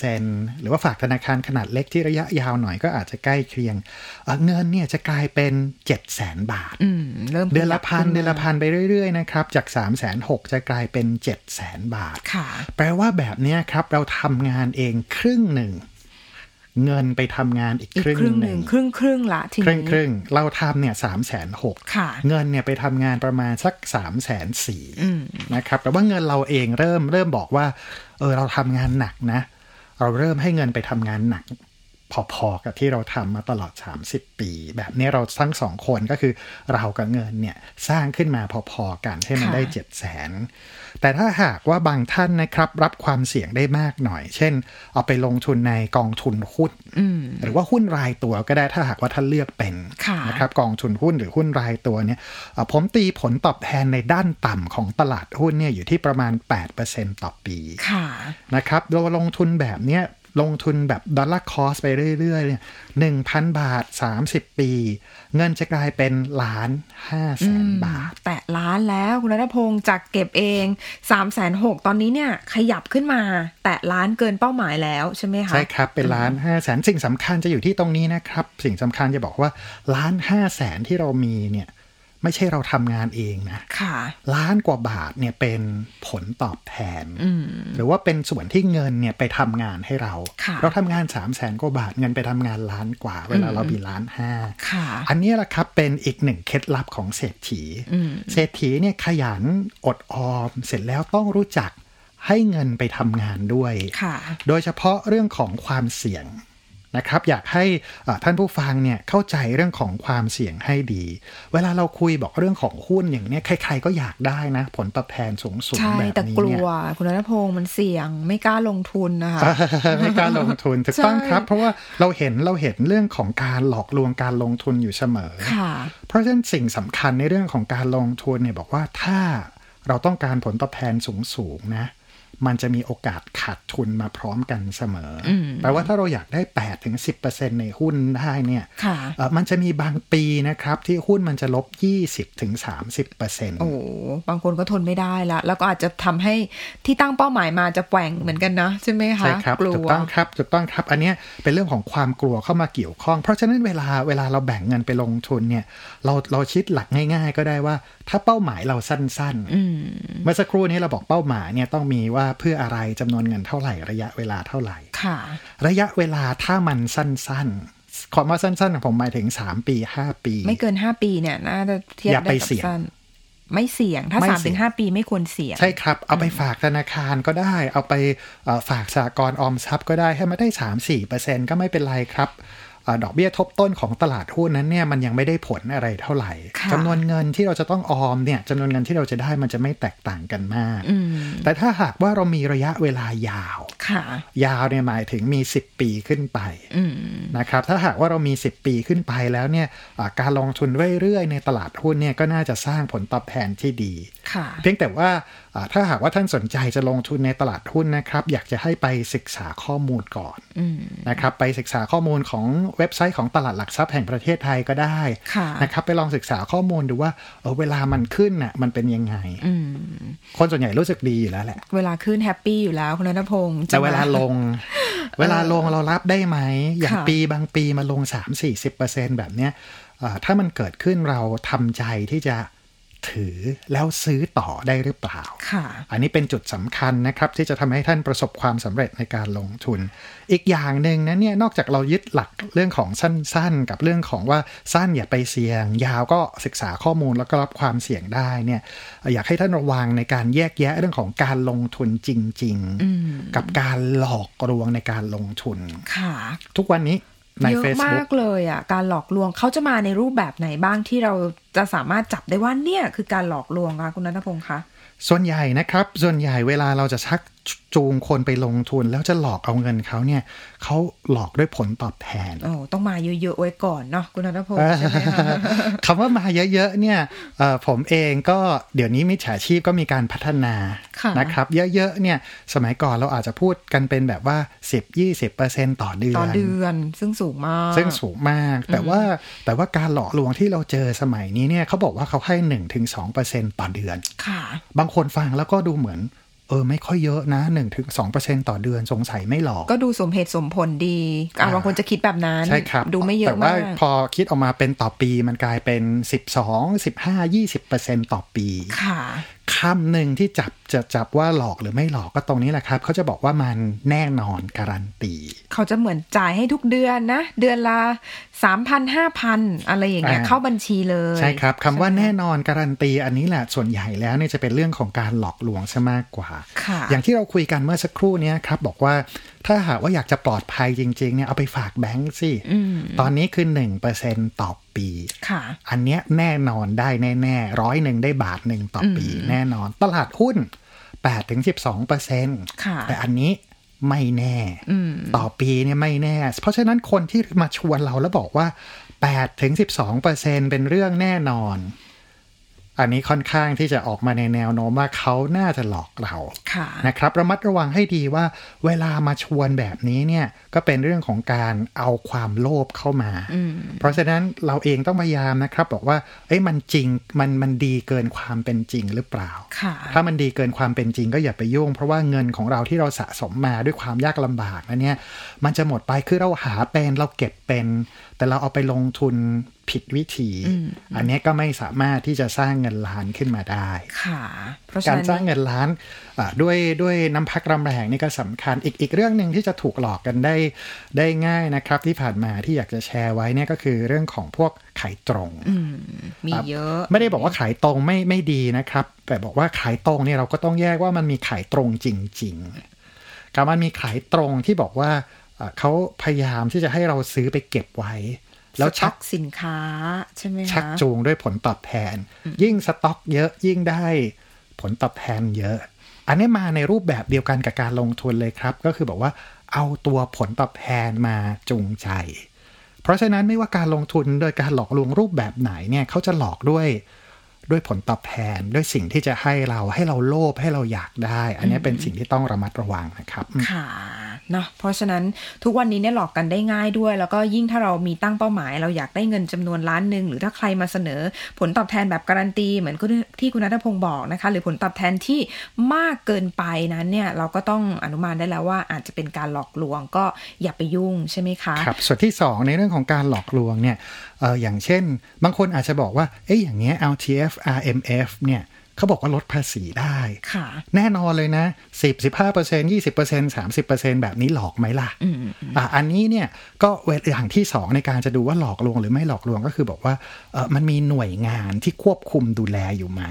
C: 4%หรือว่าฝากธนาคารขนาดเล็กที่ระยะยาวหน่อยก็อาจจะใกล้เคียงเอ่อเงินเนี่ยจะกลายเป็น 7 0 0 0 0 0 บาท
B: อืมเริ่ม
C: เดือนละพัน
B: ขยับขึ้
C: เดือนละพันไปเรื่อยๆนะครับจาก 3 6 0 0 0 0จะกลายเป็น 7 0 0 0 0 0 บาท
B: ค่ะ
C: แปลว่าแบบเนี้ยครับเราทำงานเองครึ่งหนึ่ง เงินไปทำงานอีก
B: อีก
C: ครึ่ง
B: ครึ่ง
C: ห
B: ห
C: นึ่
B: นึ่
C: ง
B: งครึ่งครึ่งละที
C: ครึ่ง
B: นี้
C: ครึ่งเราทำเนี่ยสามแสนหก
B: ค่ะ
C: เงินเนี่ยไปทำงานประมาณสัก3ามแสนสี่นะครับแต่ว่าเงินเราเองเริ่มเริ่มบอกว่าเออเราทำงานหนักนะ เราเริ่มให้เงินไปทำงานหนัก พอๆกับที่เราทำมาตลอด 30 ปี แบบนี้เราทั้งสองคนก็คือเรากับเงินเนี่ยสร้างขึ้นมาพอๆกันให้มัน
B: ค่ะ
C: ได้ 7 0 0 0 0นแต่ถ้าหากว่าบางท่านนะครับรับความเสี่ยงได้มากหน่อย เช่น เอาไปลงทุนในกองทุนหุ้นหรือว่าหุ้นรายตัวก็ได้ถ้าหากว่าท่านเลือกเป็น
B: ค่ะ
C: นะครับกองทุนหุ้นหรือหุ้นรายตัวเนี่ยเอ่อผมตีผลตอบแทนในด้านต่ำของตลาดหุ้นเนี่ยอยู่ที่ประมาณ 8%ต่อปี
B: ค่ะ
C: นะครับเราลงทุนแบบเนี้ยลงทุนแบบดอลลาร์คอสไปเรื่อยๆเนี่ยหนึ่งพันบาท 30 ปี เงินจะกลายเป็นล้านห้าแสนบาท
B: แต่ล้านแล้วคุณรัตพงศ์จากเก็บเอง3ามแสนหตอนนี้เนี่ยขยับขึ้นมา แต่ล้านเกินเป้าหมายแล้วใช่ไหมคะ
C: ใช่ครับ เป็นล้านห้าแสนสิ่งสำคัญจะอยู่ที่ตรงนี้นะครับ สิ่งสำคัญจะบอกว่าล้านห้าแสนที่เรามีเนี่ยไม่ใช่เราทำงานเองนะ
B: ค่ะ
C: ล้านกว่าบาทเนี่ยเป็นผลตอบแทน หรือว่าเป็นส่วนที่เงินเนี่ยไปทำงานให้เรา
B: ค่ะ
C: เราทำงาน3 0 0แสนกว่าบาทเงินไปทำงานล้านกว่า เวลาเรามีล้านห้า
B: ค่ะ
C: อันนี้แหละครับเป็นอีกหนึ่งเคล็ดลับของเศรษฐี เศรษฐีเนี่ยขยันอดออม เสร็จแล้วต้องรู้จักให้เงินไปทำงานด้วย
B: ค่ะ
C: โดยเฉพาะเรื่องของความเสี่ยงนะครับ อยากให้เอ่อท่านผู้ฟังเนี่ยเข้าใจเรื่องของความเสี่ยงให้ดี เวลาเราคุยบอกเรื่องของหุ้นอย่างเนี้ยใครๆก็อยากได้นะ ผลตอบแทนสูงสูง
B: ใช่
C: แบบนี้เนี่ย
B: แต่กลัว คุณรัตพงศ์มันเสี่ยงไม่กล้าลงทุนนะคะ
C: ไม่กล้า *laughs* ลงทุนถูกต้อง
B: ใช่
C: ครับ เพราะว่าเราเห็นเราเห็นเรื่องของการหลอกลวงการลงทุนอยู่เสมอ
B: ค่ะ
C: เพราะฉะนั้นสิ่งสำคัญในเรื่องของการลงทุนเนี่ยบอกว่าถ้าเราต้องการผลตอบแทนสูงสูงๆนะ มันจะมีโอกาสขาดทุนมาพร้อมกันเสมออแปลว่าถ้าเราอยากได้8ถึง10%ในหุ้นได้เนี่ย
B: ค่ะ
C: เอ่อมันจะมีบางปีนะครับ ที่หุ้นมันจะลบ 20ถึง30%
B: โอ้โหบางคนก็ทนไม่ได้ละแล้วก็อาจจะทำให้ที่ตั้งเป้าหมายมาจะแกว่งเหมือนกันนะใช่ไหมคะ
C: ใช่ครับ
B: กลั
C: ถูก
B: ว
C: ต้องครับถูกต้องครับอันเนี้ยเป็นเรื่องของความกลัวเข้ามาเกี่ยวข้อง เพราะฉะนั้นเวลาเวลาเราแบ่งเงินไปลงทุนเนี่ยเราเราชิดหลักง่าย ๆ ก็ได้ว่า ถ้าเป้าหมายเราสั้นๆเมื่อสักครู่นี้เราบอกเป้าหมายเนี่ยต้องมีว่าเพื่ออะไรจำนวนเงินเท่าไหร่ระยะเวลาเท่าไหร่
B: ค่ะ
C: ระยะเวลาถ้ามันสั้นๆความว่าสั้นๆของผมหมายถึง 3 ปี 5 ปี
B: ไม่เกินห้าปีเนี่ยน่าจะเทียบ
C: อย่า
B: ได้
C: ไป
B: กับ
C: เสี่ยง
B: สั้นไม่เสี่ยงถ้า
C: ไม่
B: สาม
C: เสี่
B: ถึ
C: ยง
B: งห้าปีไม่ควรเสี่ยง
C: ใช่ครับ เอาไปฝากธนาคารก็ได้ เอาไปเอ่อฝากสหกรณ์ออมทรัพย์ก็ได้ ให้มาได้ 3-4%ก็ไม่เป็นไรครับเอ่อดอกเบี้ยทบต้นของตลาดหุ้นนั้นเนี่ยมันยังไม่ได้ผลอะไรเท่าไหร่
B: ค่ะ
C: จำนวนเงินที่เราจะต้องออมเนี่ยจำนวนเงินที่เราจะได้มันจะไม่แตกต่างกันมาก แต่ถ้าหากว่าเรามีระยะเวลายาว
B: ค่ะ
C: ยาวเนี่ยหมายถึงมี 10 ปีขึ้นไปนะครับถ้าหากว่าเรามี 10 ปีขึ้นไปแล้วเนี่ยอ่าการลงทุนเรื่อยๆในตลาดหุ้นเนี่ยก็น่าจะสร้างผลตอบแทนที่ดี
B: ค่ะ
C: เพียงแต่ว่าอ่าถ้าหากว่าท่านสนใจจะลงทุนในตลาดหุ้นนะครับ อยากจะให้ไปศึกษาข้อมูลก่อนนะครับไปศึกษาข้อมูลของเว็บไซต์ของตลาดหลักทรัพย์แห่งประเทศไทยก็ได้
B: ค่ะ
C: นะครับไปลองศึกษาข้อมูลดูว่าเออเวลามันขึ้นน่ะมันเป็นยังไงคนส่วนใหญ่รู้สึกดีอยู่แล้วแหละ
B: เวลาขึ้นแฮปปี้อยู่แล้วคุณรัตพงศ์
C: แต่เวลา
B: จะม
C: ล
B: *laughs*
C: ง เวลาลงเรารับได้ไหม อย่าง
B: ค่ะ
C: ปีบางปีมาลง 3-40%แบบเนี้ยเอ่อถ้ามันเกิดขึ้นเราทำใจที่จะถือแล้วซื้อต่อได้หรือเปล่า
B: ค่ะ
C: อันนี้เป็นจุดสำคัญนะครับ ที่จะทำให้ท่านประสบความสำเร็จในการลงทุน อีกอย่างหนึ่งนะเนี่ยนอกจากเรายึดหลักเรื่องของสั้นๆ กับเรื่องของว่าสั้นอย่าไปเสี่ยง ยาวก็ศึกษาข้อมูลแล้วก็รับความเสี่ยงได้เนี่ยอยากให้ท่านระวังในการแยกแยะเรื่องของการลงทุนจริง ๆ กับการหลอกลวงในการลงทุน
B: ค่ะ
C: ทุกวันนี้ใน
B: เยอะมา
C: Facebook
B: กเลยอ่ะการหลอกลวงเขาจะมาในรูปแบบไหนบ้างที่เราจะสามารถจับได้ว่าเนี่ยคือการหลอกลวงคะคุณรัตพงศ์คะ
C: ส่วนใหญ่นะครับ ส่วนใหญ่เวลาเราจะชักจูงคนไปลงทุน แล้วจะหลอกเอาเงินเขาเนี่ยเขาหลอกด้วยผลตอบแทน
B: โอ้ต้องมาเยอะๆไว้ก่อนเนาะคุณนัทพงศ์ใช่ไหมคะ
C: คำว่ามาเยอะๆเนี่ยเอ่อผมเองก็เดี๋ยวนี้มิจฉาชีพก็มีการพัฒนา
B: ค่ะ
C: นะครับ เยอะๆเนี่ยสมัยก่อนเราอาจจะพูดกันเป็นแบบว่า 10-20%ต่อเดือน
B: ต่อเดือนซึ่งสูงมาก
C: ซึ่งสูงมาก แต่ว่าแต่ว่าการหลอกลวงที่เราเจอสมัยนี้เนี่ยเขาบอกว่าเขาให้ 1-2%ต่อเดือน
B: ค่ะ
C: บางคนฟังแล้วก็ดูเหมือน เออไม่ค่อยเยอะนะ 1-2%ต่อเดือนสงสัยไม่หลอก
B: ก็ดูสมเหตุสมผลดีอ่ะ
C: อ่า
B: บางคนจะคิดแบบนั้น
C: ใช่ครับ
B: ดูไม่เย
C: แต่ว่าม
B: อะาก
C: พอคิดออกมาเป็นต่อปีมันกลายเป็น 12 15 20%ต่อปี
B: ค่ะ
C: คำหนึ่งที่จับจะจับว่าหลอกหรือไม่หลอกก็ตรงนี้แหละครับ เขาจะบอกว่ามันแน่นอนการันตี
B: เขาจะเหมือนจ่ายให้ทุกเดือนนะ เดือนละสามพันห้าพันอะไรอย่างเงี้ย
C: อ่า
B: เข้าบัญชีเลย
C: ใช่ครับคำว่าแน่นอนการันตีอันนี้แหละส่วนใหญ่แล้วเนี่ยจะเป็นเรื่องของการหลอกลวงซะมากกว่า
B: ค่ะ
C: อย่างที่เราคุยกันเมื่อสักครู่เนี้ยครับ บอกว่าถ้าหากว่าอยากจะปลอดภัยจริงๆเนี่ยเอาไปฝากแบงก์สิ
B: อืม
C: ตอนนี้คือ1%ต่อปี
B: ค่ะ
C: อันเนี้ยแน่นอนได้แน่ๆร้อยหนึ่งได้บาทหนึ่งต่อปีแน่นอน ตลาดหุ้น8ถึง12เปอร์เซ็นต์
B: ค่ะ
C: แต่อันนี้ไม่แน่ ต่อปีเนี่ยไม่แน่ เพราะฉะนั้นคนที่มาชวนเราแล้วบอกว่า8ถึง12เปอร์เซ็นเป็นเรื่องแน่นอน อันนี้ค่อนข้างที่จะออกมาในแนวโน้มว่าเขาน่าจะหลอกเรา
B: ค่ะ
C: นะครับระมัดระวังให้ดีว่าเวลามาชวนแบบนี้เนี่ยก็เป็นเรื่องของการเอาความโลภเข้ามา เพราะฉะนั้นเราเองต้องพยายามนะครับบอกว่าเอ้ยมันจริงมันมันดีเกินความเป็นจริงหรือเปล่า
B: ค่ะ
C: ถ้ามันดีเกินความเป็นจริงก็อย่าไปยุ่ง เพราะว่าเงินของเราที่เราสะสมมาด้วยความยากลำบากนะเนี่ยมันจะหมดไปคือเราหาเป็นเราเก็บเป็น แต่เราเอาไปลงทุนผิดวิธี อันเนี้ยก็ไม่สามารถที่จะสร้างเงินล้านขึ้นมาได้
B: ค่ะ เพราะฉะ
C: การ
B: นั้น
C: สร้างเงินล้านอ่าด้วยด้วยน้ำพักรำแรงนี่ก็สำคัญอีกอีกเรื่องหนึ่งที่จะถูกหลอกกันได้ได้ง่ายนะครับ ที่ผ่านมาที่อยากจะแชร์ไว้เนี่ยก็คือเรื่องของพวกขายตรง
B: มีเยอะ
C: ไม่ได้บอกว่าขายตรงไม่ไม่ดีนะครับ แต่บอกว่าขายตรงเนี่ยเราก็ต้องแยกว่ามันมีขายตรงจริงๆกับมันมีขายตรงที่บอกว่าอ่าเขาพยายามที่จะให้เราซื้อไปเก็บไว้ แล้ว
B: สต็
C: ชั
B: อก กสินค้าใช่ไหม
C: ชัก
B: คะ
C: จูงด้วยผลตอบแทน ยิ่งสต็อกเยอะยิ่งได้ผลตอบแทนเยอะ อันนี้มาในรูปแบบเดียวกันกับการลงทุนเลยครับ ก็คือบอกว่าเอาตัวผลตอบแทนมาจูงใจ เพราะฉะนั้นไม่ว่าการลงทุนโดยการหลอกลวงรูปแบบไหนเนี่ยเขาจะหลอกด้วยด้วยผลตอบแทนด้วยสิ่งที่จะให้เราให้เราโลภให้เราอยากได้ อันนี้เป็นสิ่งที่ต้องระมัดระวังนะครับอืม
B: ค่ะเนาะเพราะฉะนั้นทุกวันนี้เนี่ยหลอกกันได้ง่ายด้วย แล้วก็ยิ่งถ้าเรามีตั้งเป้าหมาย เราอยากได้เงินจำนวนล้านหนึ่งหรือถ้าใครมาเสนอ ผลตอบแทนแบบการันตี เหมือนที่คุณนัทพงศ์บอกนะคะ หรือผลตอบแทนที่มากเกินไปนั้นเนี่ยเราก็ต้องอนุมานได้แล้วว่าอาจจะเป็นการหลอกลวงก็อย่าไปยุ่งใช่ไหมคะ
C: ครับส่วนที่ 2 ในเรื่องของการหลอกลวงเนี่ยเอออย่างเช่น บางคนอาจจะบอกว่า เอ้ยอย่างเงี้ย LTF RMF เนี่ยเขาบอกว่าลดภาษีได้
B: ค่ะ
C: แน่นอนเลยนะ 10 15 20 30 แบบนี้หลอกไหมล่ะอ่ะอันนี้เนี่ยก็เวลอย่างที่ 2 ในการจะดูว่าหลอกลวงหรือไม่หลอกลวงก็คือบอกว่าเออมันมีหน่วยงานที่ควบคุมดูแลอยู่ไหม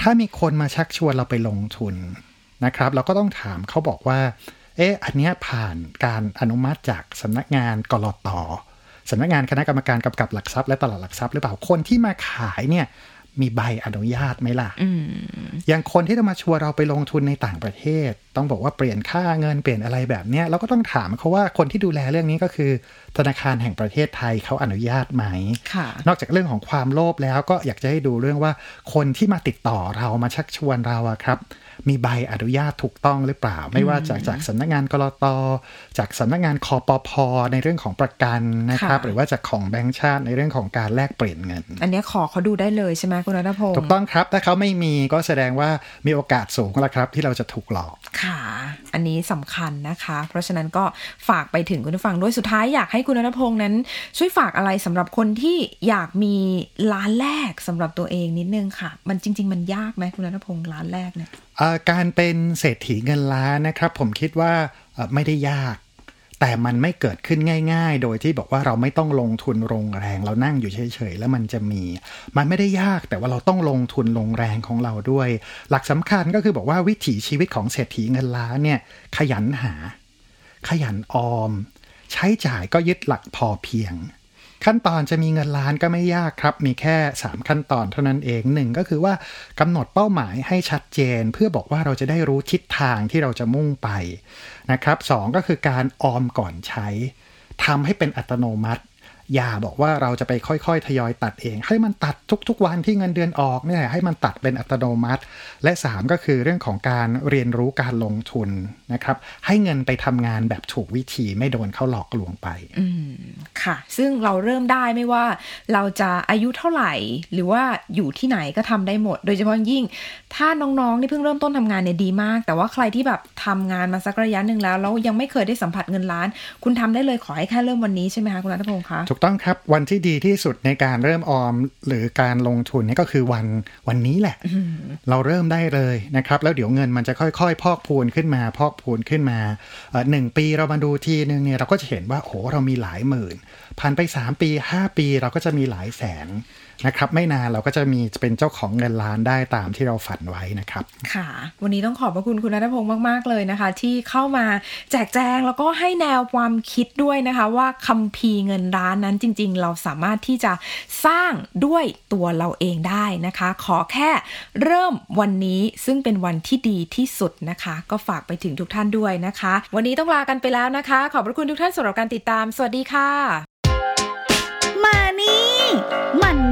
C: ถ้ามีคนมาชักชวนเราไปลงทุนนะครับ เราก็ต้องถามเขาบอกว่า เอ๊ะอันเนี้ยผ่านการอนุมัติจากสำนักงานกลตสำนักงานคณะกรรมการกำกับหลักทรัพย์และตลาดหลักทรัพย์หรือเปล่าคนที่มาขายเนี่ยมีใบอนุญาตไหมล่ะ อย่างคนที่จะมาชวนเราไปลงทุนในต่างประเทศ ต้องบอกว่าเปลี่ยนค่าเงินเปลี่ยนอะไรแบบเนี้ยเราก็ต้องถามเขาว่าคนที่ดูแลเรื่องนี้ก็คือ ธนาคารแห่งประเทศไทยเขาอนุญาตไหม
B: ค่ะ
C: นอกจากเรื่องของความโลภแล้วก็อยากจะให้ดูเรื่องว่าคนที่มาติดต่อเรามาชักชวนเราอะครับ มีใบอนุญาตถูกต้องหรือเปล่า ไม่ว่าจากจากสำนักงานกรตจากสำนักงานคอปพในเรื่องของประกันนะครับ
B: ค่ะ
C: หรือว่าจากของแบงก์ชาติในเรื่องของการแลกเปลี่ยนเงิน
B: อันเนี้ยขอเขาดูได้เลยใช่ไหมคุณนัทพงศ์
C: ถูกต้องครับ ถ้าเขาไม่มีก็แสดงว่ามีโอกาสสูงแล้วครับ ที่เราจะถูกหลอก
B: ค่ะ อันนี้สำคัญนะคะ เพราะฉะนั้นก็ฝากไปถึงคุณผู้ฟังด้วยสุดท้ายอยากให้คุณนัทพงศ์นั้น ช่วยฝากอะไรสำหรับคนที่อยากมีล้านแรกสำหรับตัวเองนิดนึงค่ะ มันจริง ๆ มันยากไหมคุณนัทพงศ์ล้านแรกเนี่ย
C: เอ่อการเป็นเศรษฐีเงินล้านนะครับ ผมคิดว่าเอ่อไม่ได้ยาก แต่มันไม่เกิดขึ้นง่าย ๆ โดยที่บอกว่าเราไม่ต้องลงทุนลงแรง เรานั่งอยู่เฉยๆแล้วมันจะมี มันไม่ได้ยากแต่ว่าเราต้องลงทุนลงแรงของเราด้วย หลักสำคัญก็คือบอกว่าวิถีชีวิตของเศรษฐีเงินล้านเนี่ยขยันหา ขยันออม ใช้จ่ายก็ยึดหลักพอเพียง ขั้นตอนจะมีเงินล้านก็ไม่ยากครับ มีแค่ 3 ขั้นตอนเท่านั้นเองหนึ่งก็คือว่ากำหนดเป้าหมายให้ชัดเจน เพื่อบอกว่าเราจะได้รู้ทิศทางที่เราจะมุ่งไปนะครับสองก็คือการออมก่อนใช้ทำให้เป็นอัตโนมัติ อย่าบอกว่าเราจะไปค่อยๆ ทยอยตัดเอง ให้มันตัดทุกๆ วันที่เงินเดือนออกเนี่ยให้มันตัดเป็นอัตโนมัติ และ 3 ก็คือเรื่องของการเรียนรู้การลงทุนนะครับให้เงินไปทำงานแบบถูกวิธีไม่โดนเขาหลอกลวงไป
B: ค่ะ ซึ่งเราเริ่มได้ไม่ว่าเราจะอายุเท่าไหร่ หรือว่าอยู่ที่ไหนก็ทำได้หมด โดยเฉพาะยิ่ง ถ้าน้องๆที่เพิ่งเริ่มต้นทำงานเนี่ยดีมาก แต่ว่าใครที่แบบทำงานมาสักระยะหนึ่งแล้วแล้วยังไม่เคยได้สัมผัสเงินล้าน คุณทำได้เลยขอให้แค่เริ่มวันนี้ใช่ไหมคะคุณรัตพงศ์คะ
C: ถูก ถูกต้องครับวันที่ดีที่สุดในการเริ่มออมหรือการลงทุนนี่ก็คือวันวันนี้แหละ เราเริ่มได้เลยนะครับ แล้วเดี๋ยวเงินมันจะค่อยๆ พอกพูนขึ้นมา พอกพูนขึ้นมาเอ่อหนึ่งปีเรามาดูทีนึงเนี่ยเราก็จะเห็นว่าโอ้โหเรามีหลายหมื่นผ่านไป 3 ปี 5 ปีเราก็จะมีหลายแสนนะครับ ไม่นานเราก็จะมีเป็นเจ้าของเงินล้านได้ตามที่เราฝันไว้นะครับ
B: ค่ะ วันนี้ต้องขอบพระคุณคุณนัทพงศ์มาก ๆ เลยนะคะ ที่เข้ามาแจกแจงแล้วก็ให้แนวความคิดด้วยนะคะ ว่าคัมภีร์เงินร้านนั้นจริง ๆ เราสามารถที่จะสร้างด้วยตัวเราเองได้นะคะ ขอแค่เริ่มวันนี้ซึ่งเป็นวันที่ดีที่สุดนะคะ ก็ฝากไปถึงทุกท่านด้วยนะคะ วันนี้ต้องลากันไปแล้วนะคะ ขอบพระคุณทุกท่านสำหรับการติดตาม สวัสดีค่ะ
A: Money, money.